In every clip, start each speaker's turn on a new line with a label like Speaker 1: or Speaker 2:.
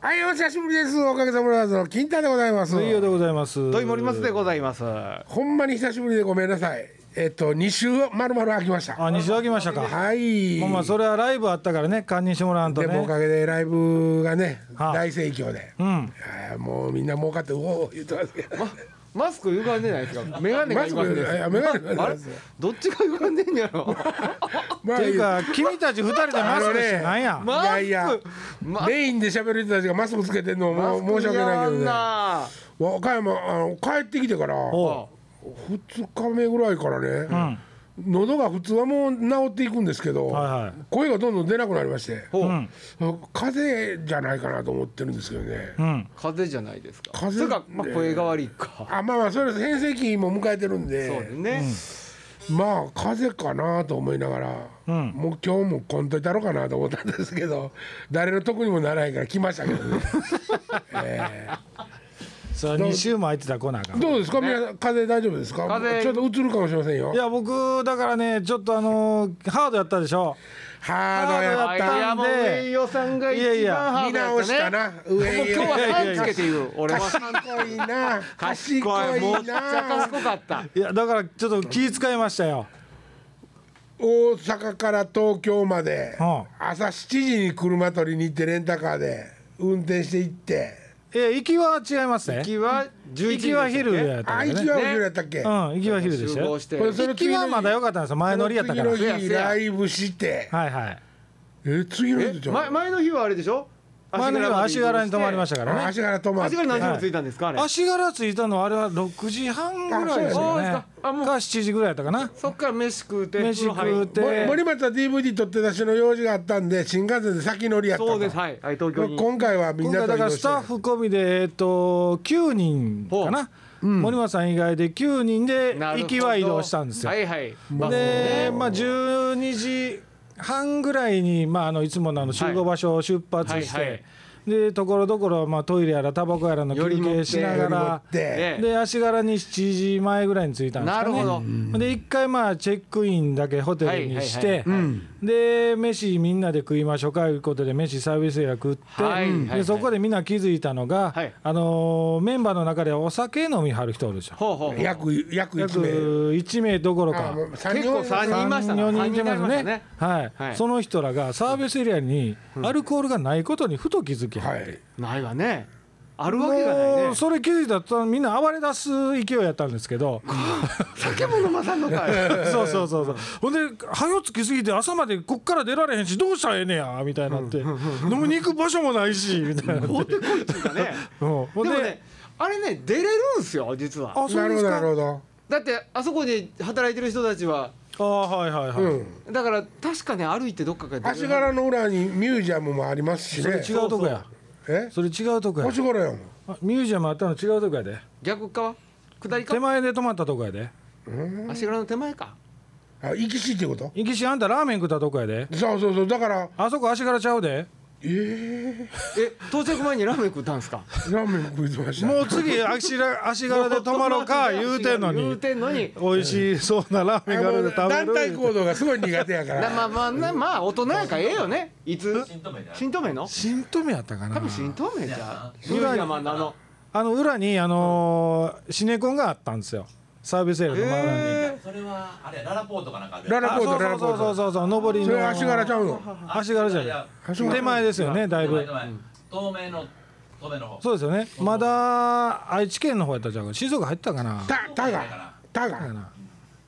Speaker 1: はい、お久しぶりです。おかげさまでの金太でございます。
Speaker 2: 水曜でございます。
Speaker 3: 土井森松でございます。は
Speaker 1: ほんまに久しぶりでごめんなさい。えっと、二週まるまる空きました。
Speaker 2: あ、西田来ましたか。
Speaker 1: はい。
Speaker 2: ほんまそれはライブあったからね、堪忍してもらわんと
Speaker 1: でもお
Speaker 2: ね。
Speaker 1: かげでライブがね、
Speaker 2: はあ
Speaker 1: 大盛況で、
Speaker 2: うん。
Speaker 1: あーもうみんな儲かってうおー言ってますけど、
Speaker 3: マスク歪んでないですか。メガネが
Speaker 1: マス
Speaker 3: 歪ん
Speaker 1: ク
Speaker 3: でるんです
Speaker 1: い
Speaker 3: か
Speaker 1: やメガネ
Speaker 3: あ
Speaker 1: な
Speaker 3: れ
Speaker 1: んですよ、
Speaker 3: どっちが歪んでんや ろ。
Speaker 1: まあ
Speaker 2: っていうか、君たち二人でマスクしてなん や。
Speaker 1: いやいや
Speaker 3: マ
Speaker 1: メインで喋る人たちがマスクつけてんの
Speaker 3: マス
Speaker 1: も
Speaker 3: ク
Speaker 1: 申し訳ないけど
Speaker 3: ん
Speaker 1: ね
Speaker 3: な。
Speaker 1: わ岡山あの帰ってきてから
Speaker 2: お
Speaker 1: 2日目ぐらいからね、喉が普通はもう治っていくんですけど、
Speaker 2: はいはい
Speaker 1: 声がどんどん出なくなりまして、
Speaker 3: ほう、
Speaker 1: 風邪じゃないかなと思ってるんですけどね、
Speaker 2: う。うん。
Speaker 3: 風邪じゃないですか。
Speaker 1: 風
Speaker 3: それ
Speaker 1: 邪
Speaker 3: かまあ声変わりか。
Speaker 1: あまあまあそれ変成期も迎えてるんで
Speaker 3: そうですね。
Speaker 1: まあ風邪かなと思いながら、
Speaker 2: うん
Speaker 1: もう今日もこんといたろうかなと思ったんですけど誰の得にもならないから来ましたけど ね
Speaker 2: さあ、二週も空いてたら来なあかん。い
Speaker 1: どうですか皆さん風邪大丈夫ですか
Speaker 3: 風
Speaker 1: ちょっ
Speaker 3: 邪
Speaker 1: と映るかもしれませんよ
Speaker 2: や、僕、だからね、ちょっとあのー、ハードやったでしょ。
Speaker 1: ハードやっ
Speaker 2: ハードや
Speaker 1: た
Speaker 2: っ
Speaker 3: 山上与さんが一
Speaker 2: いやいや
Speaker 3: 番ハー
Speaker 1: 見
Speaker 3: ドや
Speaker 1: 直した
Speaker 3: ったね。
Speaker 1: な上
Speaker 3: もう
Speaker 1: に
Speaker 3: 今日は
Speaker 2: やいや
Speaker 3: サインつけて言う。俺は。
Speaker 1: 賢いな賢い
Speaker 3: もうめっちゃ
Speaker 1: な
Speaker 3: 賢かった。
Speaker 2: いや、だから、ちょっと気遣いましたよ。
Speaker 1: 大阪から東京まで
Speaker 2: うん
Speaker 1: 朝7時に車取りに行ってレンタカーで運転して行って
Speaker 2: え、行きは違いますね。
Speaker 3: 行きは11
Speaker 2: 行きは昼やっ
Speaker 1: あ
Speaker 2: たからね。
Speaker 1: 一
Speaker 2: う
Speaker 1: は昼やったっけ
Speaker 2: ん、行きは昼でし
Speaker 3: 集
Speaker 2: たよ
Speaker 3: 合して
Speaker 1: これそ
Speaker 2: 行きはまだ良かったんですよ。前乗りやったから。は
Speaker 1: その次の
Speaker 3: せ
Speaker 1: 日
Speaker 3: やせや
Speaker 1: ライブして
Speaker 2: いはい。
Speaker 1: え次の
Speaker 3: え
Speaker 1: 日じゃん
Speaker 3: 前前の日はあれでしょ
Speaker 2: 前の日は足柄に泊まりましたからね。
Speaker 1: 足から止まって
Speaker 3: 足柄何時も着いたんですかあれ
Speaker 2: 足柄着いたのはあれは6時半ぐらいです
Speaker 3: あそ
Speaker 2: よ
Speaker 3: うで
Speaker 2: ね
Speaker 3: すかあもう
Speaker 2: か7時ぐらいやったかな
Speaker 3: そっから飯食うて
Speaker 2: 飯
Speaker 3: 風呂
Speaker 2: 食
Speaker 3: 入
Speaker 2: う
Speaker 3: って
Speaker 2: て
Speaker 1: も森松は DVD 取って出しの用事があったんで新幹線で先乗りやった
Speaker 3: そうです
Speaker 1: と
Speaker 3: はいはい東京に
Speaker 1: 今回はみん
Speaker 2: 今
Speaker 1: なと
Speaker 2: 回だ
Speaker 1: 移
Speaker 2: か
Speaker 1: 動
Speaker 2: らス
Speaker 1: して
Speaker 2: タッフ込みでえっと9人かな、森松さん以外で9人で
Speaker 3: なる
Speaker 2: 行
Speaker 3: ほど
Speaker 2: きは移動したんですよ
Speaker 3: は。いはいまあ
Speaker 2: で、まあ、12時半ぐらいに、まあ、あのいつものあの集合場所を出発して、
Speaker 3: はいはい
Speaker 2: でところどころ、まあ、トイレやらタバコやらの休憩しな
Speaker 1: 乗
Speaker 2: が
Speaker 1: り持
Speaker 2: ら
Speaker 1: っ。て
Speaker 3: ね
Speaker 2: で足柄に7時前ぐらいに着いたんですかね
Speaker 3: なるほど
Speaker 2: で一回まあチェックインだけホテルにして、で飯みんなで食いましょうかいうことで飯サービスエリア食って、
Speaker 3: はいはいはい
Speaker 2: でそこでみんな気づいたのが、
Speaker 3: はい
Speaker 2: あのーメンバーの中でお酒飲みはる人おるでしょ
Speaker 3: ほうほう
Speaker 1: 約約1
Speaker 2: 約
Speaker 1: 名
Speaker 2: 1名どころか
Speaker 1: あもう三
Speaker 3: 結構三人いましたね
Speaker 2: 4人いて
Speaker 3: 三人い
Speaker 2: ます
Speaker 3: まし
Speaker 2: ね
Speaker 3: たね
Speaker 2: はい、
Speaker 3: はい
Speaker 2: その人らがサービスエリアにアルコールがないことにふと気づき、
Speaker 1: はい
Speaker 3: ないわねあるわけがない
Speaker 2: も
Speaker 3: ね
Speaker 2: うそれ気づいたとみんな暴れ出す勢いやったんですけど、
Speaker 3: 酒も飲まさんのか い
Speaker 2: そうそうそうそうほんで早つきすぎて朝までこっから出られへんしどうしたらええねやみたいになって、飲みに行く場所もないしみたいになって、
Speaker 3: 持ってこいっていうかね
Speaker 2: うんほ
Speaker 3: で
Speaker 2: んで
Speaker 3: もねあれね出れるんすよ実は
Speaker 2: あそ
Speaker 1: な
Speaker 2: う
Speaker 1: るほ
Speaker 2: です
Speaker 1: どな
Speaker 2: か
Speaker 1: るほど
Speaker 3: だってあそこで働いてる人たちは
Speaker 2: あはいはいはい、
Speaker 1: うん
Speaker 3: だから確かね歩いてどっかから出
Speaker 1: 足
Speaker 3: れる
Speaker 1: 柄の裏にミュージアムもありますし
Speaker 2: それ違
Speaker 1: ね
Speaker 2: うとこや
Speaker 1: え
Speaker 2: それ違うとこや
Speaker 1: 星頃やもん
Speaker 2: あミュージアムあったの違うとこやで
Speaker 3: 逆か下り
Speaker 2: 手
Speaker 3: か
Speaker 2: 前で泊まったとこやで
Speaker 3: 足柄の手前か
Speaker 1: あ行きしってこと
Speaker 2: 行きしあんたラーメン食ったとこやで
Speaker 1: そうそうそうだから
Speaker 2: あそこ足柄ちゃうで
Speaker 1: ええ
Speaker 3: え到着前にラーメン食ったんですか
Speaker 1: ラーメン食いてました
Speaker 2: もう次足柄足柄で泊まろうか言うてんの
Speaker 3: 言う
Speaker 2: に
Speaker 3: てんのに
Speaker 2: 美味しそうなラーメンがあるで食べ
Speaker 1: 団
Speaker 2: る
Speaker 1: 体行動がすごい苦手やか
Speaker 3: なま
Speaker 1: ら
Speaker 3: あまあなまあ大人やからええよねいつ新透明の
Speaker 2: 新富やったか
Speaker 3: 多
Speaker 2: な
Speaker 3: 分新透明じゃんミュージアムあの
Speaker 2: あの裏にあのーシネコンがあったんですよサービスエリアの真裏に
Speaker 3: へえ
Speaker 4: それはあれララポートかなんかで
Speaker 1: ララ
Speaker 2: あ
Speaker 1: ポート
Speaker 2: そう
Speaker 1: ラ
Speaker 2: そ
Speaker 1: ラ
Speaker 2: う
Speaker 1: ポ
Speaker 2: そうそう
Speaker 1: ート
Speaker 2: そうそう上りの
Speaker 1: それ足柄ちゃうの
Speaker 2: 足柄じゃない
Speaker 1: 足柄
Speaker 2: 手前ですよねだいぶ
Speaker 4: 透明の透明の方
Speaker 2: そうですよねまだ愛知県の方やったじゃん静岡入ったかな
Speaker 1: たたがた
Speaker 2: か
Speaker 1: が
Speaker 2: な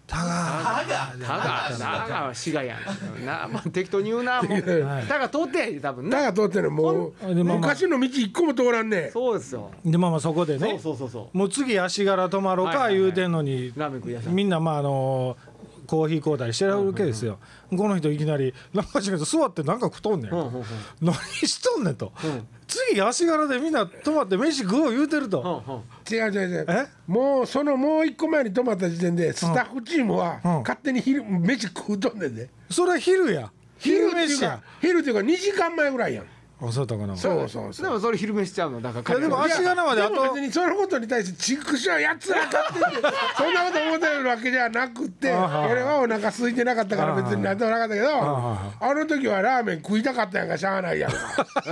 Speaker 2: たが
Speaker 4: 歯が
Speaker 3: タガタガは滋賀やんなまあ適当に言うなもうタガ通って多分
Speaker 1: た
Speaker 3: ね
Speaker 1: が通ってんのも
Speaker 2: ほん
Speaker 1: う
Speaker 2: でまあまあ
Speaker 1: 昔の道一個も通らんね
Speaker 3: そうですよ
Speaker 2: でまあまあそこで
Speaker 3: そう
Speaker 2: ね
Speaker 3: そうそうそう
Speaker 2: もう次足柄泊まろうか言うてんのに
Speaker 3: ラーメン食いやさん
Speaker 2: みんなまああのコーヒー交代してるわけですよ、この人いきなり「なんかしら座ってなんか食っとんねん、
Speaker 3: うんうんうん
Speaker 2: 何しとんねん」と、次足柄でみんな泊まって飯食おう言うてると、
Speaker 3: うんうん
Speaker 1: 違う違う違う
Speaker 2: え
Speaker 1: もうそのもう一個前に泊まった時点でスタッフチームは
Speaker 2: うん
Speaker 1: 勝手に昼飯食うとんねんで
Speaker 2: それは昼や
Speaker 1: 昼
Speaker 2: 昼
Speaker 1: っていう
Speaker 2: 飯
Speaker 1: か
Speaker 2: や
Speaker 1: 昼っていうか2時間前ぐらいやん
Speaker 2: ああそうだったかな
Speaker 1: そうそうそう
Speaker 3: でもそれ昼飯しちゃうのだから
Speaker 2: いやでも
Speaker 3: 彼ら
Speaker 2: 足がなまであ
Speaker 1: でも
Speaker 2: と
Speaker 1: 別にそのことに対してちくしょうやつら かってってそんなこと思ってるわけじゃなくて
Speaker 2: ああ
Speaker 1: 俺はお腹空いてなかったから別になんともなかったけどあの時はラーメン食いたかったんやんかしゃあないやんか。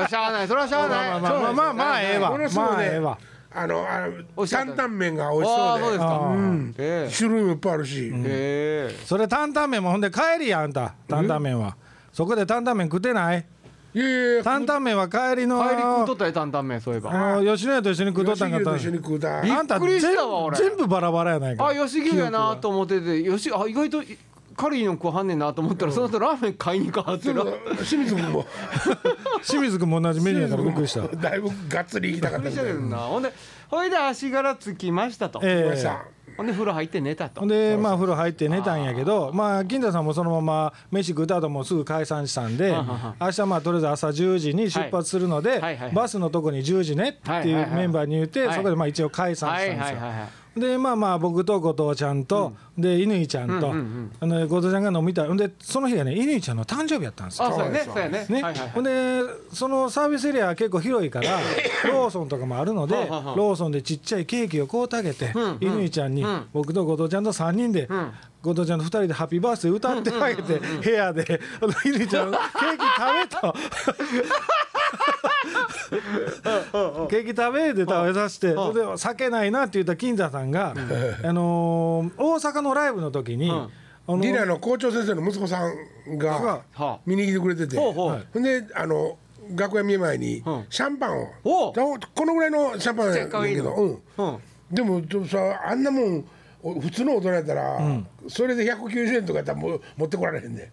Speaker 3: しゃあないそれはしゃあない
Speaker 2: まあまあまあまあまあええわ
Speaker 1: ものすごい
Speaker 2: まあええ
Speaker 1: ね
Speaker 2: わ
Speaker 1: あのあ
Speaker 3: お
Speaker 1: の
Speaker 3: いしかった
Speaker 1: 担々麺が美味し
Speaker 3: ああそう
Speaker 1: そう
Speaker 3: です
Speaker 1: で
Speaker 3: か
Speaker 2: あー
Speaker 3: うんええ
Speaker 1: 種類もいっぱいあるし
Speaker 3: ええ
Speaker 2: それ担々麺もほんで帰りやあんた担々麺はそこで担々麺食ってない
Speaker 1: いやいやいや
Speaker 2: 担々麺は帰りの
Speaker 3: 帰り食うとったよ担々麺そういえば
Speaker 2: あの吉野家と一緒に食うとったんか
Speaker 1: 吉木
Speaker 2: った
Speaker 1: と一緒に食うた
Speaker 3: びっ
Speaker 2: あんた
Speaker 3: くりしたわ
Speaker 2: 全部
Speaker 3: 俺
Speaker 2: 全部バラバラやないか
Speaker 3: あ吉木やなと思ってて吉あ意外とカリーの食わはんねんなと思ったらその後ラーメン買いに行かはって
Speaker 1: で
Speaker 3: な
Speaker 1: も清水君も
Speaker 2: 清水君も同じメニューやからびっくりした
Speaker 1: だいぶがっつり行きたかっ
Speaker 3: び
Speaker 1: た
Speaker 3: っくりし
Speaker 1: みたいな
Speaker 3: たけどなほんでほいで足柄つきましたと
Speaker 2: ええ
Speaker 1: ごめんなさい
Speaker 3: ほんで風呂入って寝たと
Speaker 2: ほんでまあ風呂入って寝たんやけどまあ金田さんもそのまま飯食うた後もうすぐ解散したんで
Speaker 3: はは
Speaker 2: 明日まあとりあえず朝10時に出発するので
Speaker 3: はいはいはい
Speaker 2: バスのとこに10時ねってい
Speaker 3: はいはいうはい
Speaker 2: メンバーに言って
Speaker 3: はい
Speaker 2: そこでまあ一応解散したん
Speaker 3: はい
Speaker 2: で
Speaker 3: は
Speaker 2: す
Speaker 3: い
Speaker 2: よ
Speaker 3: はいはい
Speaker 2: でまあまあ僕と後藤ちゃんと、で乾ちゃんと、
Speaker 3: うんうん
Speaker 2: あの後藤ちゃんが飲みたいほんでその日がね乾ちゃんの誕生日やったんですよ。
Speaker 3: あそうやねそうやね
Speaker 2: ね
Speaker 3: はいはいはい
Speaker 2: ほんでそのサービスエリアは結構広いから ローソンとかもあるので
Speaker 3: はあはあはあ
Speaker 2: ローソンでちっちゃいケーキをこうたげて
Speaker 3: ん
Speaker 2: 乾ちゃんに
Speaker 3: うん
Speaker 2: 僕と後藤ちゃんと3人で
Speaker 3: ん
Speaker 2: 後藤ちゃんと2人で「ハッピーバースデー」歌ってあげて部屋であの乾ちゃんのケーキ 食べと。 ケーキ食べで食べさせて
Speaker 3: うん
Speaker 2: で酒ないなって言った金田さんが、あのー大阪のライブの時に、
Speaker 3: うん
Speaker 2: あの
Speaker 1: リナの校長先生の息子さんが
Speaker 3: はあ
Speaker 1: 見に来てくれてて
Speaker 3: ほうほう
Speaker 1: はいほんであの楽屋見前に
Speaker 3: うん
Speaker 1: シャンパン
Speaker 3: お
Speaker 1: をこのぐらいのシャンパンやねん
Speaker 3: ちっちゃい
Speaker 1: け
Speaker 3: 可
Speaker 1: どう
Speaker 3: 愛
Speaker 1: ん
Speaker 3: うん
Speaker 1: でもでもさあんなもんお普通の大人やったら、それで190円とかやったらもう持ってこられへんねん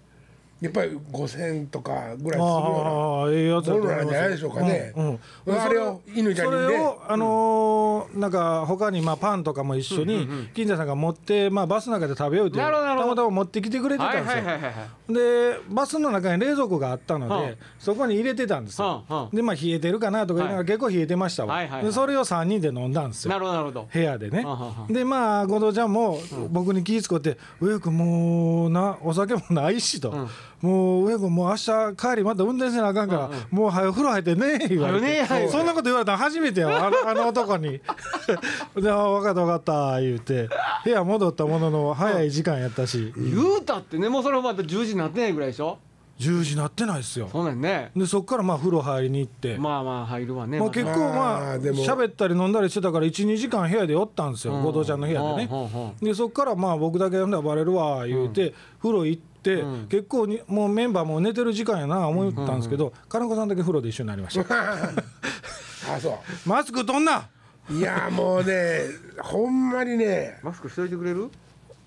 Speaker 1: やっぱり5000円とかぐらいするよ
Speaker 2: ああええやつだと思います
Speaker 1: ものなんじゃないでしょうかね
Speaker 2: うんう
Speaker 1: あれを乾ちゃんにね
Speaker 2: それをあのーなんか他にまあパンとかも一緒に金田さんが持ってまあバスの中で食べようって
Speaker 3: なるほどなる
Speaker 2: た
Speaker 3: ほ
Speaker 2: ま
Speaker 3: ど
Speaker 2: たま持ってきてくれてたん
Speaker 3: はい
Speaker 2: ですよ。
Speaker 3: はいはいはいはい
Speaker 2: でバスの中に冷蔵庫があったので、
Speaker 3: はあ
Speaker 2: そこに入れてたんですよ、
Speaker 3: はあはあ
Speaker 2: でまあ冷えてるかなとか言いながら
Speaker 3: はい
Speaker 2: 結構冷えてましたわ、
Speaker 3: はいはいはい
Speaker 2: でそれを3人で飲んだんですよ
Speaker 3: なるほどなるほど
Speaker 2: 部屋でね
Speaker 3: ははは
Speaker 2: でまあ後藤ちゃんも僕に気ぃ使って「上君もうなお酒もないし」と「もう上君もう明日帰りまた運転せなあかんからもう早く風呂入ってね」言われ
Speaker 3: 早
Speaker 2: て
Speaker 3: うね
Speaker 2: そんなこと言われたの初めてやわあのあの男 に「であ分かった分かった」言うて部屋戻ったものの早い時間やったし
Speaker 3: 言うたってねもうそれまた10時になってないぐらいでしょ
Speaker 2: 10時なってないですよ
Speaker 3: そうなんね
Speaker 2: でそっからまあ風呂入りに行って
Speaker 3: まあまあ入るわね
Speaker 2: まあ、結構ま
Speaker 1: ま
Speaker 2: あ
Speaker 1: あでも
Speaker 2: 喋ったり飲んだりしてたから12時間部屋でおったんですよ後藤ちゃんの部屋で
Speaker 3: うんうん
Speaker 2: ね。でそっからまあ僕だけ呼んだらバレるわ言うて風呂行って結構にもうメンバーも寝てる時間やな思ったんですけど金子さんだけ風呂で一緒になりました
Speaker 1: な あそ
Speaker 2: マスク取んな
Speaker 1: ういやもうねほんまにね
Speaker 3: マスクしといてくれる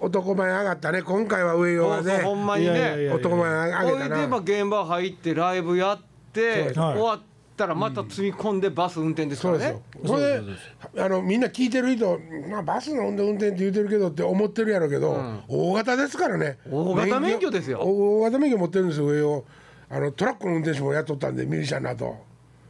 Speaker 1: 男前上がったね今回は上用は
Speaker 3: そうそう
Speaker 1: ね
Speaker 3: ほんまにね
Speaker 2: いやいやいや
Speaker 1: 男前
Speaker 3: ほ
Speaker 1: 上げ
Speaker 3: いで
Speaker 1: た
Speaker 3: まあ
Speaker 1: な
Speaker 3: 現場入ってライブやって、
Speaker 1: そう
Speaker 2: はい
Speaker 3: 終わったらまた積み込んでバス運転です
Speaker 1: そ
Speaker 3: から
Speaker 1: うです
Speaker 3: ね
Speaker 1: よそれであのみんな聞いてる人、まあ、バスの運転運転って言ってるけどって思ってるやろうけど、大型ですからね
Speaker 3: 大型免許ですよ
Speaker 1: 大型免許持ってるんですよ上をあのトラックの運転手もやっとったんでミュージシャンの後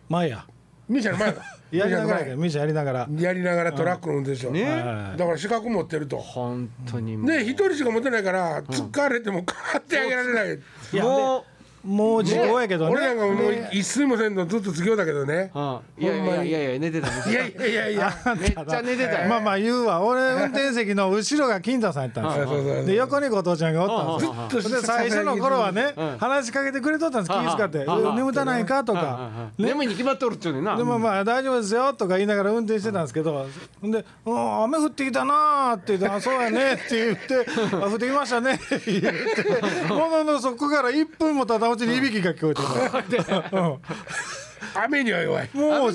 Speaker 2: 前や
Speaker 1: ミュージシャンの前か
Speaker 2: やりながら
Speaker 1: ミュージシャン
Speaker 2: や
Speaker 1: の
Speaker 2: ミシャやりながら
Speaker 1: 前やりながらトラックの運転手を、
Speaker 3: ね
Speaker 2: はいはいはい
Speaker 1: だから資格持ってると
Speaker 3: 本当にもう
Speaker 1: ね一人しか持ってないから疲れても買ってあげられない、
Speaker 2: いや
Speaker 3: も
Speaker 2: もう時効やけどね
Speaker 1: 俺らがもう一睡もせんのずっと次をだけどね
Speaker 3: う、うんい
Speaker 1: ほ
Speaker 3: や
Speaker 1: ん
Speaker 3: い
Speaker 1: ま
Speaker 3: や
Speaker 1: に
Speaker 3: いやいや寝てた
Speaker 1: い
Speaker 3: 寝て
Speaker 1: やいやいやいや
Speaker 3: ためっちゃ寝てたよ、
Speaker 2: まあまあ言うわ 俺運転席の後ろが金田さんやったんですよ
Speaker 1: そうそうそう
Speaker 2: で横に後藤ちゃんがおったんです
Speaker 1: うんう
Speaker 2: よ
Speaker 1: ん
Speaker 2: で最初の頃はね
Speaker 3: うん
Speaker 2: 話しかけてくれとったんです気
Speaker 3: うん
Speaker 2: 遣って
Speaker 3: うん
Speaker 2: 「眠たないか?」とか
Speaker 3: うん眠いに決まっとるっちゅうねん
Speaker 2: 「
Speaker 3: な
Speaker 2: でもまあ大丈夫ですよ」とか言いながら運転してたんですけどほんで「うん雨降ってきたな」って言って「あそうやね」って言って 「あ降ってきましたね」って言ってもののそこから1分もたたうちにいびきが聞こえてた。うん
Speaker 1: 雨には弱い
Speaker 2: もう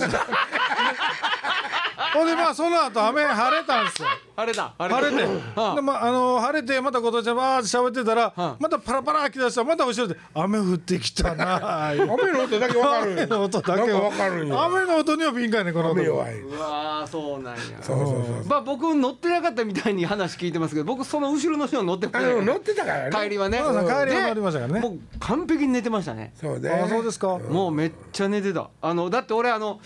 Speaker 2: ほんでまあその後雨晴れたんですよ。
Speaker 3: あれだあれだ
Speaker 2: 晴れて、
Speaker 3: うん
Speaker 2: でまあの晴れてまた後藤ちゃんバーって喋ってたら、
Speaker 3: うん
Speaker 2: またパラパラ来だしたらまた後ろで雨降ってきたなあいう
Speaker 1: 雨の音だけわかる
Speaker 2: 雨の音だけ
Speaker 1: なん
Speaker 2: は
Speaker 1: かわかるんよ
Speaker 2: 雨の音には敏感やねこの
Speaker 1: 雨
Speaker 2: 男
Speaker 1: 弱いう
Speaker 3: わーそうなんや
Speaker 1: そうそうそう
Speaker 3: まあ僕乗ってなかったみたいに話聞いてますけど僕その後ろの人は乗ってこ
Speaker 1: あ
Speaker 3: ない
Speaker 1: の乗ってたからね
Speaker 3: 帰りはね
Speaker 2: そうそう帰りは
Speaker 3: で
Speaker 2: 乗りましたからね
Speaker 3: もう完璧に寝てましたね
Speaker 1: そうね
Speaker 2: あそうですか、
Speaker 3: もうめっちゃ寝てたあのだって俺あの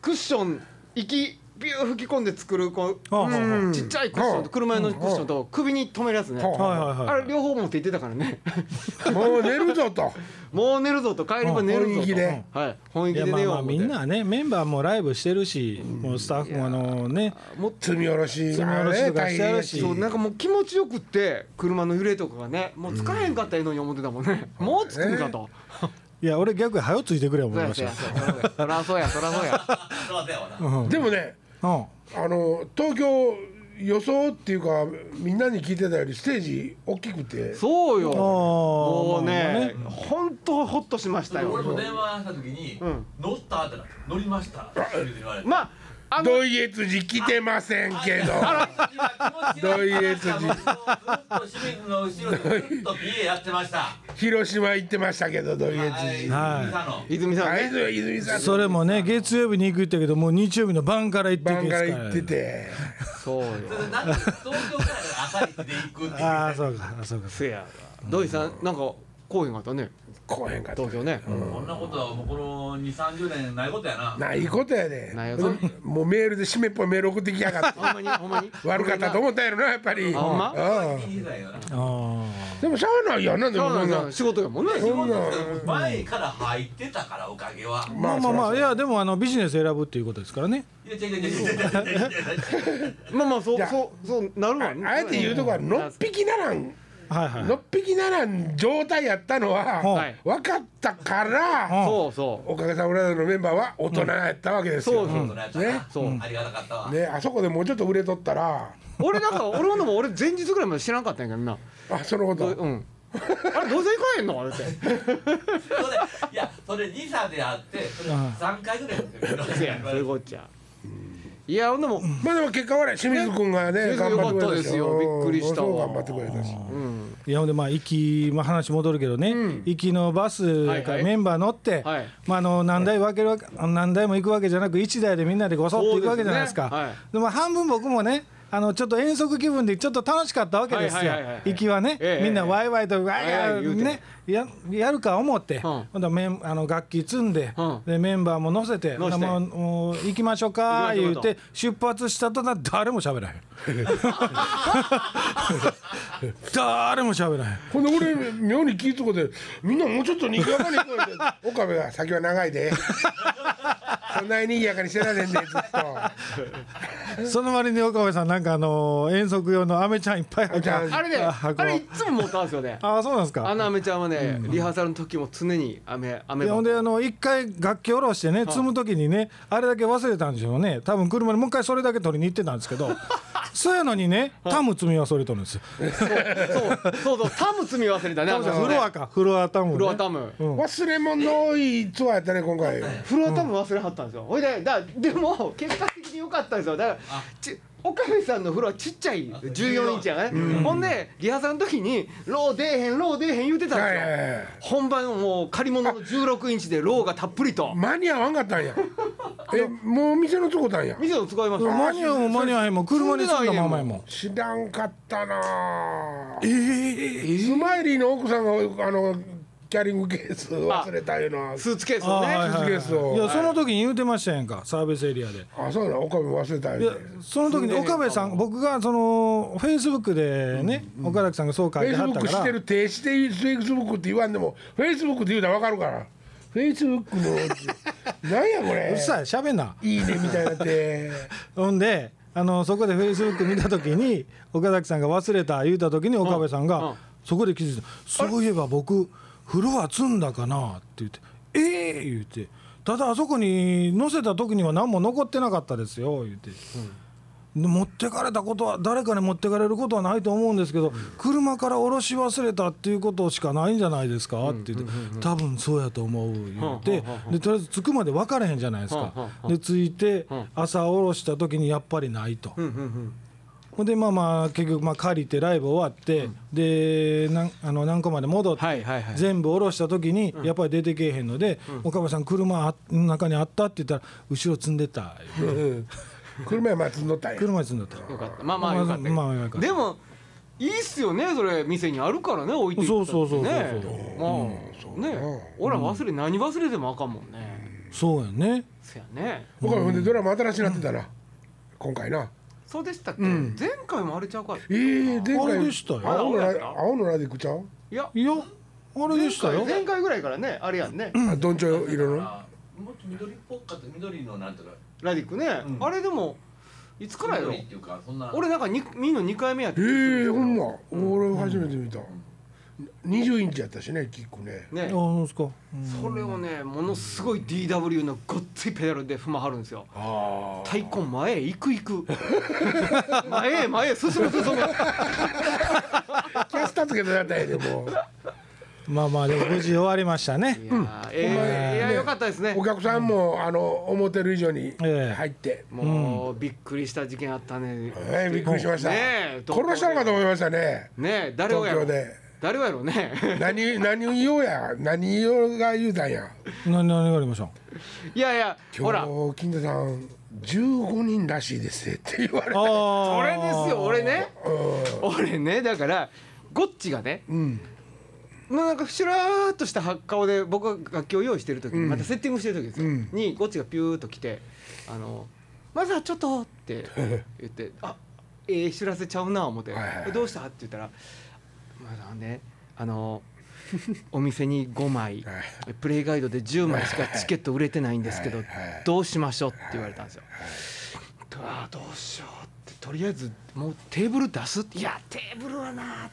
Speaker 3: クッション行きビュー吹き込んで作るこう、
Speaker 2: はあはあはあ
Speaker 3: うんちっちゃいクッションと車用のクッションと首に留めるやつね、
Speaker 1: はあ
Speaker 2: はいはいはい
Speaker 3: あれ両方持って行ってたからね
Speaker 1: もう寝るぞと
Speaker 3: もう寝るぞと帰りは寝るぞ
Speaker 1: 本気
Speaker 3: と、
Speaker 1: で
Speaker 3: はい、本
Speaker 2: い
Speaker 3: 意気
Speaker 2: や
Speaker 3: で
Speaker 2: ま
Speaker 3: 寝
Speaker 2: あ
Speaker 3: よう
Speaker 2: まあ
Speaker 3: 思って
Speaker 2: みんなはねメンバーもライブしてるし、もうスタッフもあのね
Speaker 3: もっと
Speaker 1: 積み下ろし
Speaker 2: 積み下ろしとか
Speaker 1: あれ
Speaker 2: してあるし
Speaker 1: 大
Speaker 3: そう
Speaker 1: 変
Speaker 3: なんかもう気持ちよくって車の揺れとかがねもう使えへんかったらいいのに思ってたもんね、もうつくんかと、
Speaker 2: いや俺逆に早よついてくれ思
Speaker 3: そう
Speaker 2: い
Speaker 3: や
Speaker 2: まし
Speaker 3: そうや
Speaker 2: た
Speaker 3: そうやそらそうやそらそうや
Speaker 4: そうだよな。
Speaker 1: でもね
Speaker 2: うん
Speaker 1: あの東京予想っていうかみんなに聞いてたよりステージ大きくて
Speaker 3: そうよも
Speaker 2: も
Speaker 3: うね本当ホッとしました
Speaker 4: 俺も
Speaker 3: よ
Speaker 4: 電話した時に
Speaker 3: ん
Speaker 4: 乗ったってなって乗りましたって言われて。
Speaker 3: まああの
Speaker 1: ドイツ時来てませんけど
Speaker 4: ドイエツジ。ずっと清水の後ろでずっと PA やってました。は
Speaker 1: 広島行ってましたけどドイツ
Speaker 4: い。
Speaker 1: 時
Speaker 2: はい
Speaker 4: さの。
Speaker 3: 泉さん
Speaker 1: 会
Speaker 3: ね
Speaker 1: 津泉さん
Speaker 2: それもね月曜日に行くって言うけどもう日曜日の晩から行ってく
Speaker 1: 晩
Speaker 2: んで
Speaker 1: から
Speaker 2: す
Speaker 1: 行ってて
Speaker 3: そうよ
Speaker 4: それでなんか東京から朝一で行くって言って
Speaker 2: ああそうかあそうか
Speaker 3: せや土井さんなんかこうへんかったね
Speaker 1: 来へんかった
Speaker 3: 東京ね
Speaker 4: こんなことはもうこの2、30年ないことやな。
Speaker 1: ないことやで
Speaker 3: ないこと
Speaker 1: もうメールで締めっぽいメール送ってきやがって
Speaker 3: ほんまにほんまに
Speaker 1: 悪かったと思ったやろなやっぱり
Speaker 3: ほんま
Speaker 1: うん
Speaker 4: いい時代よな
Speaker 2: あー
Speaker 1: でもしゃあないやんなで
Speaker 3: そ
Speaker 1: も
Speaker 3: う
Speaker 1: そ
Speaker 3: なん
Speaker 1: ん
Speaker 3: で
Speaker 1: な
Speaker 3: すよ仕事やもんね
Speaker 4: 仕事して前から入ってたからおかげは。
Speaker 2: まあまあま
Speaker 1: そ
Speaker 2: あい
Speaker 1: らそ
Speaker 2: やでもあのビジネス選ぶっていうことですからね
Speaker 4: いや違う違う違う違う違う
Speaker 3: まあまあそう
Speaker 1: じゃあ
Speaker 3: そうそうなるわ
Speaker 1: うああえて言うとこはのっぴきならん
Speaker 2: はいはい
Speaker 1: のっぴきならん状態やったの
Speaker 2: は
Speaker 1: はい分かったから
Speaker 3: そうそう
Speaker 1: おかげさまで俺らのメンバーは大人やったわけですよ
Speaker 3: うんそうそう
Speaker 1: ね
Speaker 3: そう
Speaker 4: ありがたかったわ。
Speaker 1: ねあそこでもうちょっと売れとったら
Speaker 3: 俺なんか俺のも俺前日ぐらいまで知らんかったんやけどな
Speaker 1: あそのこ
Speaker 3: ど
Speaker 1: と
Speaker 3: うんあれどうせ行かへんのあれって
Speaker 4: それいやそれ2差であってそれ3回ぐらいやってる
Speaker 3: せやそういうこっちゃいやほんでも
Speaker 1: まあでも結果はね清水君がね
Speaker 3: ね
Speaker 1: 頑張ってくれたし
Speaker 3: よかったですよびっくりしたわ
Speaker 1: うんそう頑張ってくれたし
Speaker 3: うん
Speaker 2: いやほんでまあ行き、まあ、話戻るけどね、行きのバス
Speaker 3: はいはい
Speaker 2: メンバー乗って、
Speaker 3: はい
Speaker 2: まあ、あの何台分けるわけあの何台も行くわけじゃなく1台でみんなでごそっと行くわけじゃないですか。で
Speaker 3: そうですねはい
Speaker 2: も半分僕もねあのちょっと遠足気分でちょっと楽しかったわけですよ
Speaker 3: はいはいはいはい
Speaker 2: 行きはね、
Speaker 3: ええ
Speaker 2: みんなワイワイとワイ
Speaker 3: ワイ
Speaker 2: ワ
Speaker 3: ワイ
Speaker 2: イ
Speaker 3: 言うて
Speaker 2: ねややるか思って、ほんでメンあの楽器積んで,、
Speaker 3: うん
Speaker 2: でメンバーも乗せて
Speaker 3: 乗せて
Speaker 2: ほんでもうもう行きましょうか
Speaker 3: 行きまし
Speaker 2: 言
Speaker 3: ょう
Speaker 2: う
Speaker 3: と
Speaker 2: て出発した途端誰も喋らへん 誰も喋らへん
Speaker 1: ほんで俺妙に聞いたとこでみんなもうちょっとにぎやかに行こうよって岡部が先は長いで そんなににぎやかにしてられんねずっと
Speaker 2: その割に岡部さんなんかあの遠足用のアメちゃんいっぱい入って
Speaker 1: アメち
Speaker 3: あれね
Speaker 2: あ
Speaker 3: あれいっつも持ったんですよね
Speaker 2: ああそうなんですか
Speaker 3: あのアメちゃんはねリハーサルの時も常にアメアメ
Speaker 2: で
Speaker 3: 箱
Speaker 2: ほんであの一回楽器下ろしてね積む時にねあれだけ忘れたんでしょうね多分車にもう一回それだけ取りに行ってたんですけ どそうやのにねタム積み忘れとるんですよ
Speaker 3: そうそうそうタム積み忘れたねあの
Speaker 2: フロアかフロアタムね
Speaker 3: フロアタム
Speaker 1: 忘れ物の多いツアーやったね今回
Speaker 3: フロアタム忘れはったんですよほいでだでも結果的に良かったんですよだからち岡部さんのフロアちっちゃい14インチやねほんでリハーサルの時に「ロー出えへんロー出えへん」言うてたん
Speaker 1: はい
Speaker 3: ですよ
Speaker 1: はいはい
Speaker 3: 本番のもう借り物の16インチでローがたっぷりと
Speaker 1: 間に合わんかったんやえもう店のとこたんや
Speaker 3: 店を使いました
Speaker 2: 間に合うも間に合わへんもん車に積んだままやもん
Speaker 1: 知らんかったなあ
Speaker 2: ええ
Speaker 1: スマイリーの奥さんがあのキャリングケース忘れたいうのは
Speaker 3: スーツケース
Speaker 2: あ
Speaker 3: を
Speaker 2: あはい
Speaker 3: ね
Speaker 2: はい
Speaker 1: スーツケースを
Speaker 2: いやその時に言うてましたやんかサービスエリアで
Speaker 1: あそうなの岡部忘れた
Speaker 2: い
Speaker 1: よ
Speaker 2: や
Speaker 1: ね
Speaker 2: その時に岡部さん僕がそのフェイスブックでね岡崎さんがそう書
Speaker 1: フ
Speaker 2: い
Speaker 1: ェイ
Speaker 2: て
Speaker 1: ス
Speaker 2: は
Speaker 1: ブ
Speaker 2: った
Speaker 1: ック
Speaker 2: か
Speaker 1: し
Speaker 2: ら
Speaker 1: てる停止でフェイスブックって言わんでもフェイスブックって言うたら分かるからフェイスブックのなんやこ
Speaker 2: うる
Speaker 1: れ
Speaker 2: さい喋んない
Speaker 1: いねみたいになって
Speaker 2: ほんであのそこでフェイスブック見た時に 岡崎さんが忘れた言うた時に岡部さんが、
Speaker 3: うんうん
Speaker 2: そこで気づいた「そういえば僕フロア積んだかな」って言って「ええ言うて「ただあそこに載せた時には何も残ってなかったですよ」言うて。で持ってかれたことは誰かに持ってかれることはないと思うんですけど車から降ろし忘れたっていうことしかないんじゃないですかって言って多分そうやと思う言ってでとりあえず着くまで分かれへんじゃないです
Speaker 3: うんうん
Speaker 2: かで着いて朝降ろした時にやっぱりないと。ほんでまあまあ結局まあ借りてライブ終わって、でなんあの何個まで戻って、
Speaker 3: はいはいはい
Speaker 2: 全部下ろした時にやっぱり出てけえへんので「岡部さん車あの中にあった?」って言ったら「後ろ積んでた」
Speaker 1: 車や待つん乗ったんや
Speaker 2: 車に積んでた」
Speaker 3: よかったまあまあよかったけど
Speaker 2: まあまあよかった
Speaker 3: でもいいっすよねそれ店にあるからね置いていったってね
Speaker 2: そうそうそうそう
Speaker 3: まあね俺ら忘れ何忘れてもあかんもんね
Speaker 2: そうやね
Speaker 3: そやね
Speaker 1: 僕はほんでドラマ新しいなってたな今回な
Speaker 3: そうでしたっけ、前回もあれちゃうか
Speaker 1: えー、前
Speaker 2: あ
Speaker 1: 回
Speaker 2: れでしたよ
Speaker 1: 青の
Speaker 3: あ青やった
Speaker 1: ラ青のラディックちゃん、
Speaker 3: いや
Speaker 2: いやあれでしたよ
Speaker 3: 前回ぐらいからねあれやんね、
Speaker 1: あどんちょい色の
Speaker 4: もっと緑っぽかった緑のなんとか
Speaker 3: ラディックね、
Speaker 4: うん
Speaker 3: あれでもいつからやろ
Speaker 4: 緑っていうかそんな
Speaker 3: 俺なんかに見んの2回目やっ
Speaker 1: え
Speaker 3: た
Speaker 1: え
Speaker 3: 気がす
Speaker 1: ー、
Speaker 3: る
Speaker 1: ほんま、
Speaker 4: う
Speaker 1: 俺
Speaker 4: ん
Speaker 1: 初めて見た、20インチやったしねキックね
Speaker 2: あ
Speaker 3: ね
Speaker 2: そうですかうん
Speaker 3: それをねものすごい DW のごっついペダルで踏まはるんですよ
Speaker 1: あ
Speaker 3: 太鼓前へ行く行く 前へ前へ進む進む
Speaker 1: あキャスターつけてなったんやでもう
Speaker 2: まあまあでも無事終わりましたね
Speaker 3: いやーえーいやよかったですね
Speaker 1: お客さんもあの思ってる以上に
Speaker 2: ええ
Speaker 1: 入って、
Speaker 3: もうびっくりした事件あったね
Speaker 1: ええびっくりしました、
Speaker 3: ねえ
Speaker 1: 殺したのかと思いましたね
Speaker 3: ねえ誰を
Speaker 1: 東
Speaker 3: やろ
Speaker 1: 京で
Speaker 3: 誰をやろうね
Speaker 1: 何何を言おうや何言おうが言うたんや
Speaker 2: 何何がありました
Speaker 3: いやいやほら
Speaker 1: 今日金田さん15人らしいですって言われた
Speaker 2: あ
Speaker 3: そ
Speaker 2: あ
Speaker 3: れですよ俺ね俺ねだからゴッチがね
Speaker 1: うん
Speaker 3: まあなんかシュラーっとした顔で僕が楽器を用意してる時に、またセッティングしてる時ですよ、
Speaker 1: うん
Speaker 3: にゴチがピューッと来て「あのまずはちょっと」って言 って「あええ知らせちゃうな」思って「
Speaker 1: はいはいはい
Speaker 3: どうした?」って言ったら「まだねあのお店に5枚
Speaker 1: はい
Speaker 3: プレイガイドで10枚しかチケット売れてないんですけど
Speaker 1: はいはい
Speaker 3: どうしましょう?」って言われたんですよ。とあーどうしようってとりあえずもうテーブル出すっていやテーブルはな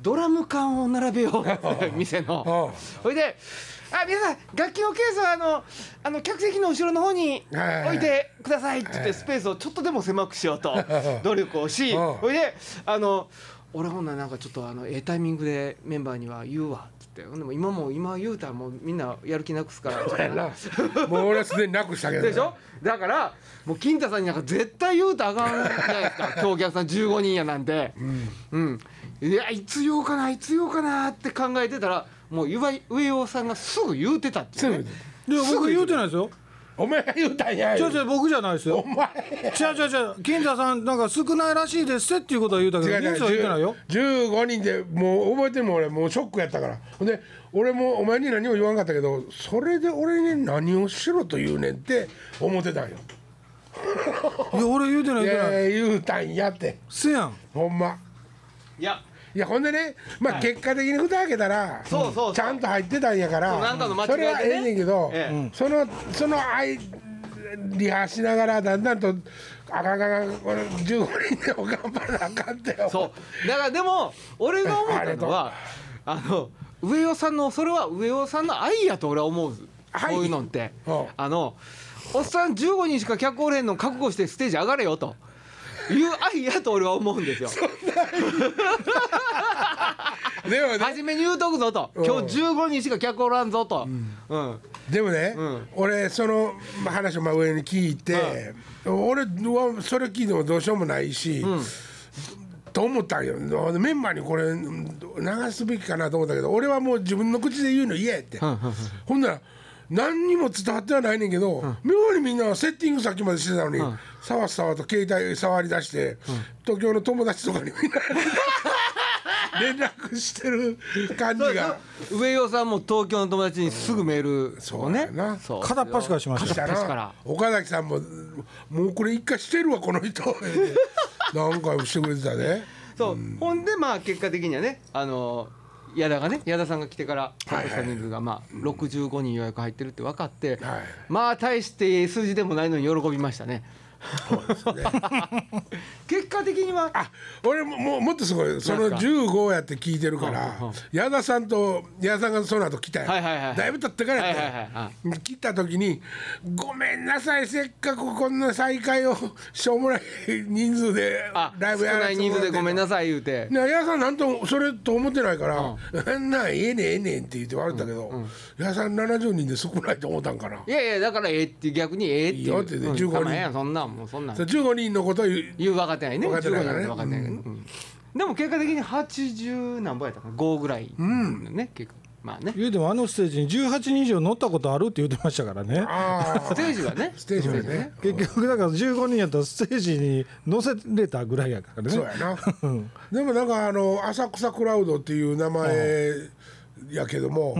Speaker 3: ドラム缶を並べようって店 の
Speaker 1: あ
Speaker 3: それで「あ皆さん楽器のケースはあのあの客席の後ろの方に
Speaker 1: はいはい
Speaker 3: 置いてください」って言ってスペースをちょっとでも狭くしようと努力をし
Speaker 1: うん
Speaker 3: それであの俺ほんならなんかちょっとあのええタイミングでメンバーには言うわって言ってほんでもう今もう今言うたらもうみんなやる気なくすから
Speaker 1: やなもう俺はすでになくしたけど
Speaker 3: でしょだからもう金太さんになんか絶対言うとあかんじゃないですか 今日お客さん15人やなんてうん、いやいつ言おうかないつ言おうかなって考えてたらもう岩井上尾さんがすぐ言うてたってい
Speaker 1: す
Speaker 3: うね、
Speaker 1: ぐ
Speaker 2: で僕言うてないですよ
Speaker 1: お前が言うたんや
Speaker 2: 違う違う僕じゃないですよ
Speaker 1: お前
Speaker 2: 違う違う違う金田さんなんか少ないらしいですってっていうことは言うたけど人数は言ってないよ
Speaker 1: 15人でもう覚えてるもん俺もうショックやったからほんで俺もお前に何も言わんかったけどそれで俺に何をしろと言うねんって思ってたんよ
Speaker 2: いや俺言うてない
Speaker 1: い
Speaker 2: 言うて
Speaker 1: や
Speaker 2: な
Speaker 1: い
Speaker 2: い
Speaker 1: や言うたんやって
Speaker 2: せやん
Speaker 1: ほんま
Speaker 3: いや
Speaker 1: いやほんでねまあ結果的に蓋開けたら
Speaker 3: そうそうそう
Speaker 1: ちゃんと入ってたんやか
Speaker 3: そうな
Speaker 1: ら
Speaker 3: んかの間違いで
Speaker 1: そ
Speaker 3: ね
Speaker 1: れはええねんけど
Speaker 3: ええ
Speaker 1: そのそのあいリハしながらだんだんとあかんあかんあかんこれ15人でも頑張らなあかんってよ
Speaker 3: そうだからでも俺が思ったのは あの上尾さんのそれは上尾さんの愛やと俺は思うず、
Speaker 1: はい
Speaker 3: そういうのって
Speaker 1: うん
Speaker 3: あのおっさん15人しか客おれへんの覚悟してステージ上がれよという愛やと俺は思うん ですよ
Speaker 1: でもね
Speaker 3: 初めに言うとくぞと
Speaker 1: うん
Speaker 3: 今日15人しか客おらんぞと、うん
Speaker 1: でもね、
Speaker 3: うん
Speaker 1: 俺そのまあ話を真上に聞いて、俺はそれ聞いてもどうしようもないし、と思ったんよメンバーにこれ流すべきかなと思ったけど俺はもう自分の口で言うの嫌やって、 ほんなら何にも伝わってはないねんけど、妙にみんなセッティングさっきまでしてたのに、さわさわと携帯触り出して、東京の友達とかにみんな 連絡してる感じが
Speaker 3: 上尾さんも東京の友達にすぐメールをね、
Speaker 1: そうやな
Speaker 3: そう
Speaker 2: 片っ端からしました
Speaker 1: だ
Speaker 3: 片っ端から
Speaker 1: な岡崎さんも「もうこれ一回してるわこの人」 何回もしてくれてたね
Speaker 3: そう、ほんでまあ結果的にはねあの矢田がね矢田さんが来てから参加した人数がまあ65人予約入ってるって分かって、
Speaker 1: はい
Speaker 3: まあ大して数字でもないのに喜びましたね 結果的には
Speaker 1: あ俺ももうもっとすごいそ
Speaker 3: な
Speaker 1: の
Speaker 3: んすか
Speaker 1: 15やって聞いてるから
Speaker 3: うんうん
Speaker 1: 矢田さんと矢田さんがその後来たよ、
Speaker 3: はいはいはい
Speaker 1: だいぶ経ってからやったよ、
Speaker 3: はいはいは
Speaker 1: 来た時に「ごめんなさいせっかくこんな再会を しょうもない人数で
Speaker 3: あ
Speaker 1: ライブ
Speaker 3: 少
Speaker 1: やら
Speaker 3: な
Speaker 1: せ
Speaker 3: い
Speaker 1: て
Speaker 3: 人
Speaker 1: もらって
Speaker 3: 数で
Speaker 1: んの
Speaker 3: ごめんなさい言うて、
Speaker 1: ね、矢田さんなんとそれと思ってないから「あん、なんええねんええねん」って言って笑ったけど、矢田さん70人で少ないと思ったんかない
Speaker 3: やいやだからええって逆にええって
Speaker 1: いい
Speaker 3: い
Speaker 1: よ
Speaker 3: う
Speaker 1: ってね
Speaker 3: うん
Speaker 1: 15人
Speaker 3: かまへんやんそんなんもうそんなん
Speaker 1: そう15人のことを言う
Speaker 3: 言う分かってないね
Speaker 1: 分かってない
Speaker 3: 15
Speaker 1: からね
Speaker 3: 人分かってないけどねうんでも結果的に80何本やったかな5ぐらいのね、結果まあね
Speaker 2: 言うてもあのステージに18人以上乗ったことあるって言ってましたからね
Speaker 1: あ
Speaker 3: ステージはね
Speaker 1: ステージはね
Speaker 2: 結局だから15人やったらステージに乗せれたぐらいやから
Speaker 1: そう
Speaker 2: ね
Speaker 1: やなでもなんかあの「浅草クラウド」っていう名前やけども、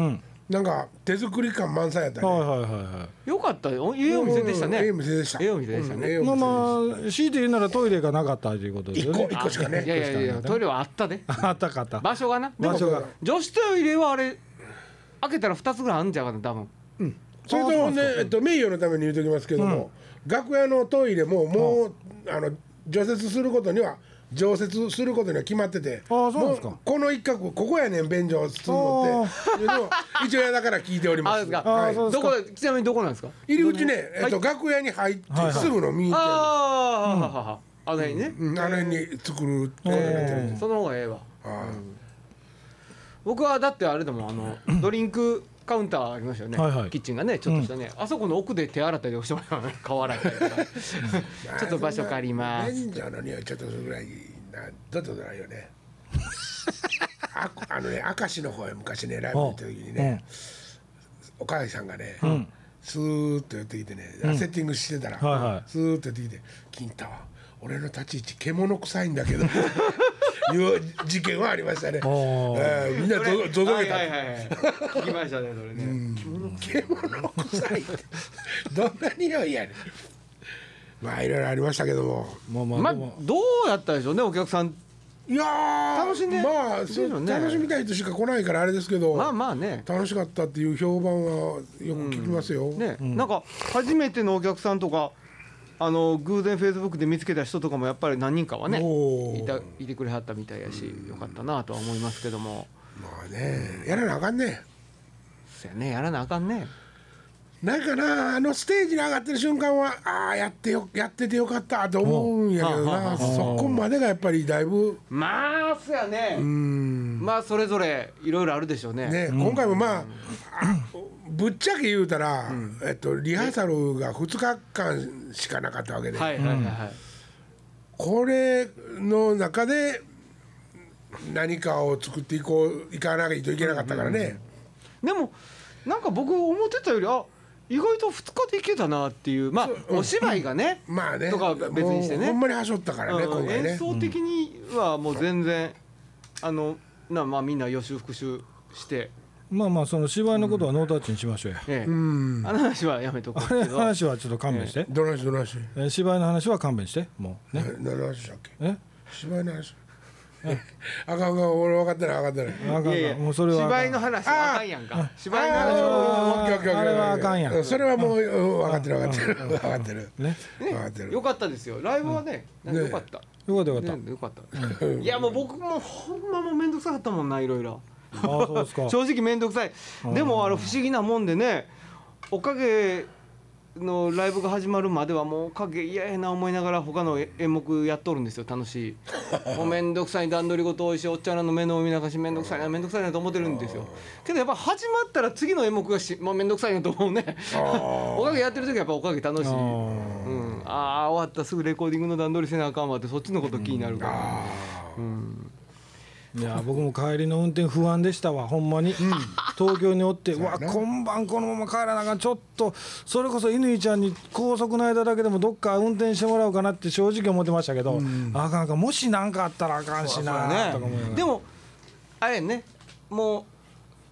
Speaker 1: なんか手作り感満載やったね
Speaker 2: はいはいは
Speaker 3: よかったよいいお店でしたね
Speaker 1: うんええお店でした
Speaker 3: ええお店でした
Speaker 1: う
Speaker 3: ね
Speaker 1: んええ
Speaker 2: い
Speaker 1: お
Speaker 2: まあ
Speaker 1: 店でし
Speaker 2: まあ強いて言うならトイレがなかったということですよね
Speaker 1: 一個しかね
Speaker 3: いやいやいやトイレはあったで
Speaker 2: あったかった
Speaker 3: 場所がな
Speaker 2: 場所が
Speaker 3: 女子トイレはあれ開けたら2つぐらいあんじゃうかな多分
Speaker 1: たそれとねえっと名誉のために言うときますけども、楽屋のトイレももうあの除雪することには常設することには決まってて
Speaker 2: あそうなんですか
Speaker 1: もうこの一角ここやねん便所をするのっていうのを一応やだから聞いておりま
Speaker 3: あ
Speaker 1: す
Speaker 3: ですか
Speaker 1: は
Speaker 2: あ
Speaker 1: い
Speaker 2: そう
Speaker 3: どこちなみにどこなんですか
Speaker 1: 入り口ね、えっと楽屋に入ってすぐの右手、
Speaker 3: ああーははははあの辺ね
Speaker 1: うんあれに作るってことになってるんです
Speaker 3: その方がええわ
Speaker 1: あ
Speaker 3: 僕はだってあれでもあのドリンクカウンターありましたよね、
Speaker 2: はいはい
Speaker 3: キッチンがねちょっとしたね、あそこの奥で手洗ったりしてもら う顔洗った りとか
Speaker 1: ー
Speaker 3: ちょっと場所借ります
Speaker 1: 便所の匂いちょっとするぐらいなどうってことないよねああのね明石の方へ昔ねライブ行った時にね、おかあさんがね、スーッと寄ってきてね、セッティングしてたら、
Speaker 2: はいはい
Speaker 1: スーッと寄ってきて「金太は俺の立ち位置獣臭いんだけど」いう事件はありましたね、え
Speaker 2: おー
Speaker 1: ーみんなぞぞぞ
Speaker 3: は
Speaker 1: け
Speaker 3: い
Speaker 1: た、
Speaker 3: はいはいはい聞きましたねそれね、
Speaker 1: 獣臭いってどんな匂いやねんまあいろいろありましたけども
Speaker 2: まあま
Speaker 3: ま
Speaker 2: あ
Speaker 3: あ
Speaker 2: でも
Speaker 3: どうやったでしょうねお客さん
Speaker 1: いやー
Speaker 3: 楽しんで
Speaker 1: まあ
Speaker 3: でしょうね
Speaker 1: そう楽しみたいとしか来ないからあれですけど、
Speaker 3: まあまあね
Speaker 1: 楽しかったっていう評判はよく聞きますよ、
Speaker 3: ね、なんか初めてのお客さんとかあの偶然フェイスブックで見つけた人とかもやっぱり何人かはね
Speaker 1: おー
Speaker 3: いたいてくれはったみたいやしよかったなとは思いますけども
Speaker 1: まあねやらなあかんね
Speaker 3: そやねやらなあかんね
Speaker 1: なんかなあのステージに上がってる瞬間はああやってよやっててよかったと思うんやけどな、そこまでがやっぱりだいぶ
Speaker 3: まあそやね
Speaker 1: うん
Speaker 3: まあそれぞれいろいろあるでしょうね
Speaker 1: ね、今回もまああぶっちゃけ言うたら、えっと、リハーサルが2日間しかなかったわけで、
Speaker 3: はいはいはいはい、
Speaker 1: これの中で何かを作っていこういかなきゃいけなかったからね、
Speaker 3: でもなんか僕思ってたよりあ意外と2日でいけたなっていうまあ、お芝居がね、
Speaker 1: まあね
Speaker 3: とかは別にしてね
Speaker 1: もうほんまにはしょったからね、
Speaker 3: うん
Speaker 1: 今回
Speaker 3: 演
Speaker 1: ね
Speaker 3: 奏的にはもう全然、あのなまあみんな予習復習して、
Speaker 2: まあまあその芝居のことはノータッチにしましょうよ
Speaker 3: ええ
Speaker 1: うん
Speaker 3: あの話はやめとこう
Speaker 2: あれ
Speaker 3: けど
Speaker 2: 話はちょっと勘弁して
Speaker 1: どないしどないし
Speaker 2: えー芝居の話は勘弁してもうね
Speaker 1: 何の話したっけ
Speaker 2: え
Speaker 1: 芝居の話 あかんあかん俺分かってない分かってない
Speaker 2: あかんあかん
Speaker 3: いやいや
Speaker 2: もうそれはあかん
Speaker 3: 芝居の話はあかんやんか芝居の話は
Speaker 1: あーオッケーオッケーオッケー
Speaker 2: あれはあかんやん
Speaker 1: うそれはもううん分かってる分かってる分かってる
Speaker 2: ね
Speaker 1: 分かって
Speaker 3: よ
Speaker 1: る
Speaker 3: かったですよライブはね、なんかよかった、
Speaker 2: よかったよかった、
Speaker 3: ねよかった、いやもう僕もほんまもう面倒くさかったもんないろいろ
Speaker 2: ああそうですか
Speaker 3: 正直面倒くさいでもあの不思議なもんでねおかげのライブが始まるまではもうおかげ嫌やな思いながら他の演目やっとるんですよ楽しい もう面倒くさい段取り事多いしおっちゃんらの目の見流し面倒くさいな面倒くさいなと思ってるんですよけどやっぱ始まったら次の演目がし、まあ、面倒くさいなと思うね おかげやってる時はやっぱおかげ楽しい
Speaker 2: あ
Speaker 3: うん、ああ終わったすぐレコーディングの段取りせなあかんわってそっちのこと気になるから、
Speaker 2: ーいや僕も帰りの運転不安でしたわほんまに、東京におってうわ今晩このまま帰らなあかんちょっとそれこそ乾ちゃんに高速の間だけでもどっか運転してもらおうかなって正直思ってましたけど、あかんあかんもし何かあったらあかんしなあとか思いながら
Speaker 3: でもあれやねもう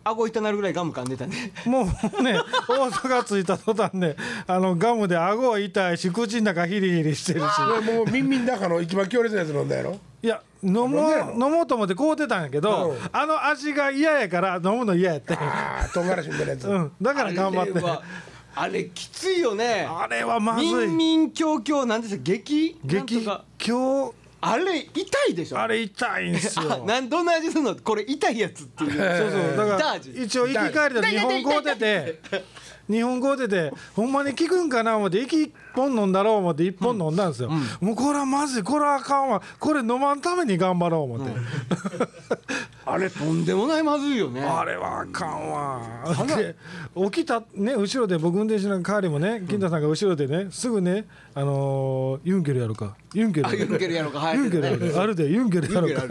Speaker 3: 顎痛なるぐらいガム噛んでたね
Speaker 2: もうね大阪着いた途端ねあのガムで顎は痛いし口の中ヒリヒリしてるし
Speaker 1: それもう耳の中の一番強烈なやつ飲んだやろ
Speaker 2: いや飲もう飲もうと思って買うてたんやけど、
Speaker 1: うん
Speaker 2: あの味が嫌やから飲むの嫌やって、
Speaker 1: ああ唐辛子みたいなやつ、
Speaker 2: うん、だから頑張って
Speaker 3: あれはあれきついよね
Speaker 2: あれはまず
Speaker 3: 民
Speaker 2: い
Speaker 3: 民強強なんですよ激なん
Speaker 2: 激
Speaker 3: とか
Speaker 2: 今
Speaker 3: あれ痛いでしょ
Speaker 2: あれ痛いんすよ
Speaker 3: あ なんどんな味するのこれ痛いやつっていう
Speaker 2: そうそうだ
Speaker 3: ダ
Speaker 2: から
Speaker 3: ージ
Speaker 2: 一応行き帰りで日本買うてて日本買うててほんまに効くんかな思って息一本飲んだろう思って一本飲んだんですよ、もうこれはまずいこれはあかんわこれ飲まんために頑張ろう 思って、
Speaker 3: あれとんでもないまずいよね
Speaker 2: あれはあかんわ。で起きたね後ろで僕運転しながら帰りもね金田さんが後ろでねすぐねあのーユンケルやろうかユンケル
Speaker 3: あ
Speaker 2: やろ
Speaker 3: ユン
Speaker 2: うか
Speaker 3: ケルやろうかは
Speaker 2: ユンケルや
Speaker 3: や
Speaker 2: ろうかあるでユンケルやろうか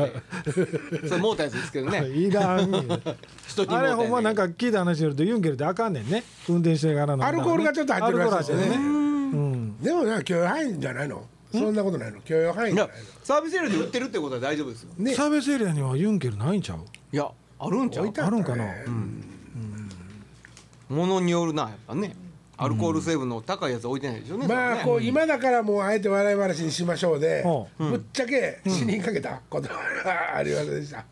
Speaker 3: それもうたやつですけどね
Speaker 2: いらんよ
Speaker 3: 人に
Speaker 2: あれほんまなん
Speaker 3: か
Speaker 2: か聞いた話によるとユンケルってあかんねんね運転しながらの
Speaker 1: アルコールがちょっと入ってるらしいです
Speaker 2: アルコール入って
Speaker 1: ね
Speaker 2: るね
Speaker 1: でもな許容範囲じゃないのそんなことないの許容範囲
Speaker 3: い
Speaker 1: じゃ
Speaker 3: や
Speaker 1: ない
Speaker 3: サービスエリアで売ってるってことは大丈夫ですよ
Speaker 1: ね
Speaker 2: サービスエリアにはユンケルないんちゃう
Speaker 3: いやあるんちゃ
Speaker 1: の置
Speaker 3: う
Speaker 1: いてあった
Speaker 2: あるんかな
Speaker 1: うん
Speaker 3: ものによるなやっぱねアルコール成分の高いやつ置いてないでしょうね
Speaker 1: まあ
Speaker 3: それね
Speaker 1: こう今だからもうあえて笑い話にしましょうで
Speaker 2: ほ
Speaker 1: ぶっちゃけ死にかけたことはありませんでした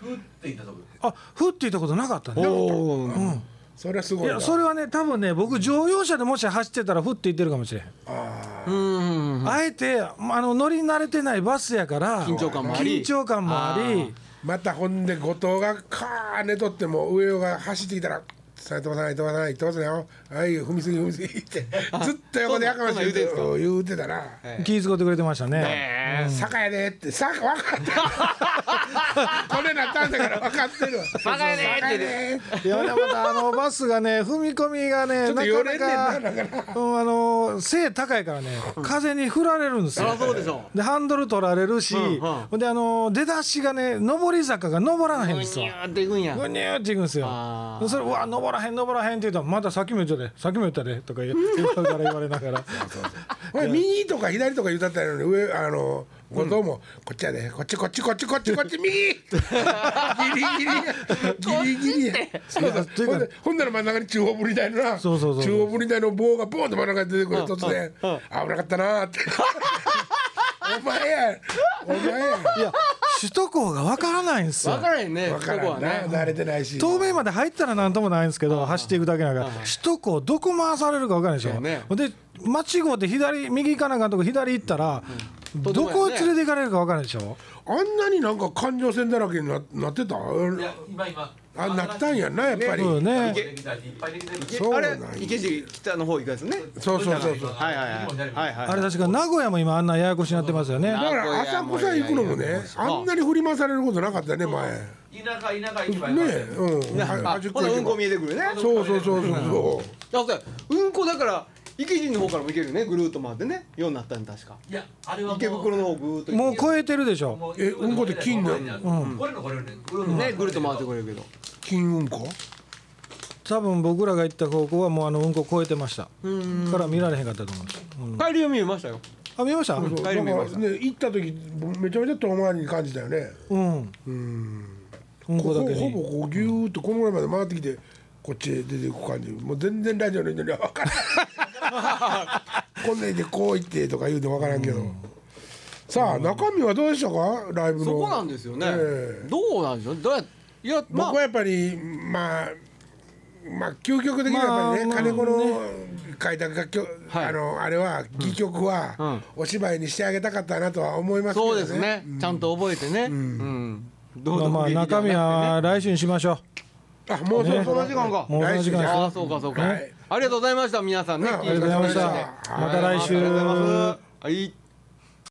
Speaker 4: ふって言ったとこ
Speaker 2: あふって言ったことなかったね
Speaker 3: おー
Speaker 1: それはすご
Speaker 2: い
Speaker 1: いな
Speaker 2: やそれはね多分ね僕乗用車でもし走ってたらふって言ってるかもしれん、
Speaker 1: あ
Speaker 3: うん
Speaker 2: あえてあの乗り慣れてないバスやから
Speaker 3: 緊張感もあり
Speaker 2: 緊張感もあり
Speaker 3: あ
Speaker 1: ーまたほんで後藤がカー寝とっても上尾が走ってきたら「さあ飛ばさない飛ばさない飛ばさないよはい踏みすぎ踏みすぎ」ってずっと横でやかましい
Speaker 3: そんな
Speaker 1: 言うてたな
Speaker 3: え
Speaker 2: 気遣ってくれてました
Speaker 1: 「
Speaker 2: ね
Speaker 1: 坂やで」って「坂分かった」これなったんだから分かってるわ「坂やで」って
Speaker 2: いやでもまたあのバスが ね踏み込みが
Speaker 1: ち
Speaker 2: ね
Speaker 1: ょっと
Speaker 2: な
Speaker 1: 寄
Speaker 2: か
Speaker 1: れんねん
Speaker 2: な
Speaker 1: なだ
Speaker 2: かうんあの背高いからね風に振られるんです
Speaker 3: そり
Speaker 2: よ
Speaker 3: ゃそうでしょ
Speaker 2: でハンドル取られるし、
Speaker 3: うん
Speaker 2: ほんであの出だしがね上り坂が上らないんです
Speaker 3: ニ
Speaker 2: よ
Speaker 3: ューっていくんや
Speaker 2: ぐにゅーっていくんですよ
Speaker 3: あー
Speaker 2: でそれうわ登らへん登らへんって言うとまた先も言ったで先も言ったでとか言う言うから言われながら
Speaker 1: お前右とか左とか言うたったらいいのに上あの後藤も、こっちやでこっちこっちこっちこっちこっち右ギリギリギリギリやそう
Speaker 2: いやって
Speaker 1: そ
Speaker 2: い
Speaker 1: ほ
Speaker 2: ううか
Speaker 1: んでほんなら真ん中に中央分離帯のな
Speaker 2: そうそうそう
Speaker 1: 中央分離帯の棒がボーンと真ん中に出てくる突然危なかったなー ってお前やお前や
Speaker 2: いや首都高がわからないんですよ
Speaker 3: 分からへんね
Speaker 1: 分か
Speaker 3: そこ
Speaker 1: ら
Speaker 3: は
Speaker 1: んな、
Speaker 3: ね
Speaker 1: 慣れてないし
Speaker 2: 透明まで入ったらなんともないんですけど走っていくだけだから首都高どこ回されるか分からないでし
Speaker 3: そ
Speaker 2: ょ
Speaker 3: うね
Speaker 2: で間違うて左右行かなあかんとこ左行ったら
Speaker 3: ん
Speaker 2: どこを連れて行かれるか分からないでしょ
Speaker 1: あんなになんか環状線だらけにななってた
Speaker 4: いや今今
Speaker 1: あなったんやなやっぱり、
Speaker 2: そう
Speaker 4: いっ
Speaker 2: ね
Speaker 4: ぱいできたいっぱいできたいっぱいできた
Speaker 1: そう
Speaker 3: あ
Speaker 1: なんや
Speaker 3: れ池尻北の方行くやつね
Speaker 1: そうそうそうそう
Speaker 3: はいはいはいはいはい
Speaker 2: あれ確か名古屋も今あんなややこしになってますよね
Speaker 1: だから浅草行くのも
Speaker 3: いやいや
Speaker 1: ね
Speaker 3: いや、
Speaker 1: あんなに振り回されることなかったね、前。ね
Speaker 4: 田舎田舎行けばよかったよ
Speaker 1: え、うん、
Speaker 3: あ
Speaker 1: 端っ
Speaker 3: ほ
Speaker 1: こ
Speaker 3: らう
Speaker 1: 行
Speaker 3: んこ
Speaker 1: け
Speaker 3: 見えてくるね
Speaker 1: ば。そうそうそうそうそ
Speaker 3: だってうんこだから池尻の方からも行けるよねぐるーっと回ってねようになったん確か
Speaker 4: いやあれはもう
Speaker 3: 池袋の方ぐーっと行
Speaker 2: もう超えてるでしょ
Speaker 4: もう
Speaker 1: えうんこって金なの
Speaker 4: うんこれのこれのねぐる
Speaker 3: くねぐるっと回って
Speaker 4: こ
Speaker 3: くれるけど
Speaker 1: う、金運行。
Speaker 2: 多分僕らが行った高校はもうあのうんこ超えてましたから見られへんかったと思う、うん
Speaker 3: 帰りを見えましたよ
Speaker 2: あ見ました
Speaker 1: そう
Speaker 3: 帰
Speaker 1: だ
Speaker 3: り
Speaker 1: か
Speaker 3: 見ま
Speaker 1: ら
Speaker 3: した
Speaker 1: ね、行った時、めちゃめちゃ遠回りに感じたよね。
Speaker 2: うんうんこ
Speaker 1: こ
Speaker 2: だ
Speaker 1: こ
Speaker 2: け
Speaker 1: ほ
Speaker 2: に
Speaker 1: ぼこう、ぎゅーっとこのぐらいまで回ってきて。こっちへ出ていく感じ、もう全然ラジオの人 には分からん。こんなんでこう行ってとか言うて分からんけど。さあ、中身はどうでしたか、ライブの。
Speaker 3: そこなんですよね
Speaker 1: ええ
Speaker 3: どうなんでしょうどうやいやま
Speaker 1: 僕は
Speaker 3: あ
Speaker 1: やっぱりまあまあ究極的にはやっぱりね、
Speaker 2: まあ
Speaker 1: 金子の書いた楽曲、
Speaker 3: はい
Speaker 1: あのあれは戯曲はお芝居にしてあげたかったなとは思いますけど
Speaker 3: そう
Speaker 1: ね。
Speaker 3: ですねちゃんと覚えてねうんど
Speaker 2: まあまあ中身は来週にしましょ
Speaker 1: あもうそろそ
Speaker 3: そ
Speaker 1: ろ
Speaker 3: の時間か
Speaker 2: うもうその時間です
Speaker 3: ああ
Speaker 2: よ
Speaker 3: そうかそうか
Speaker 1: はい
Speaker 3: ありがとうございました皆さんね
Speaker 1: あ
Speaker 3: 聞いて
Speaker 1: ありがとうございました
Speaker 3: だき
Speaker 2: また来週
Speaker 3: ありがとうございますはい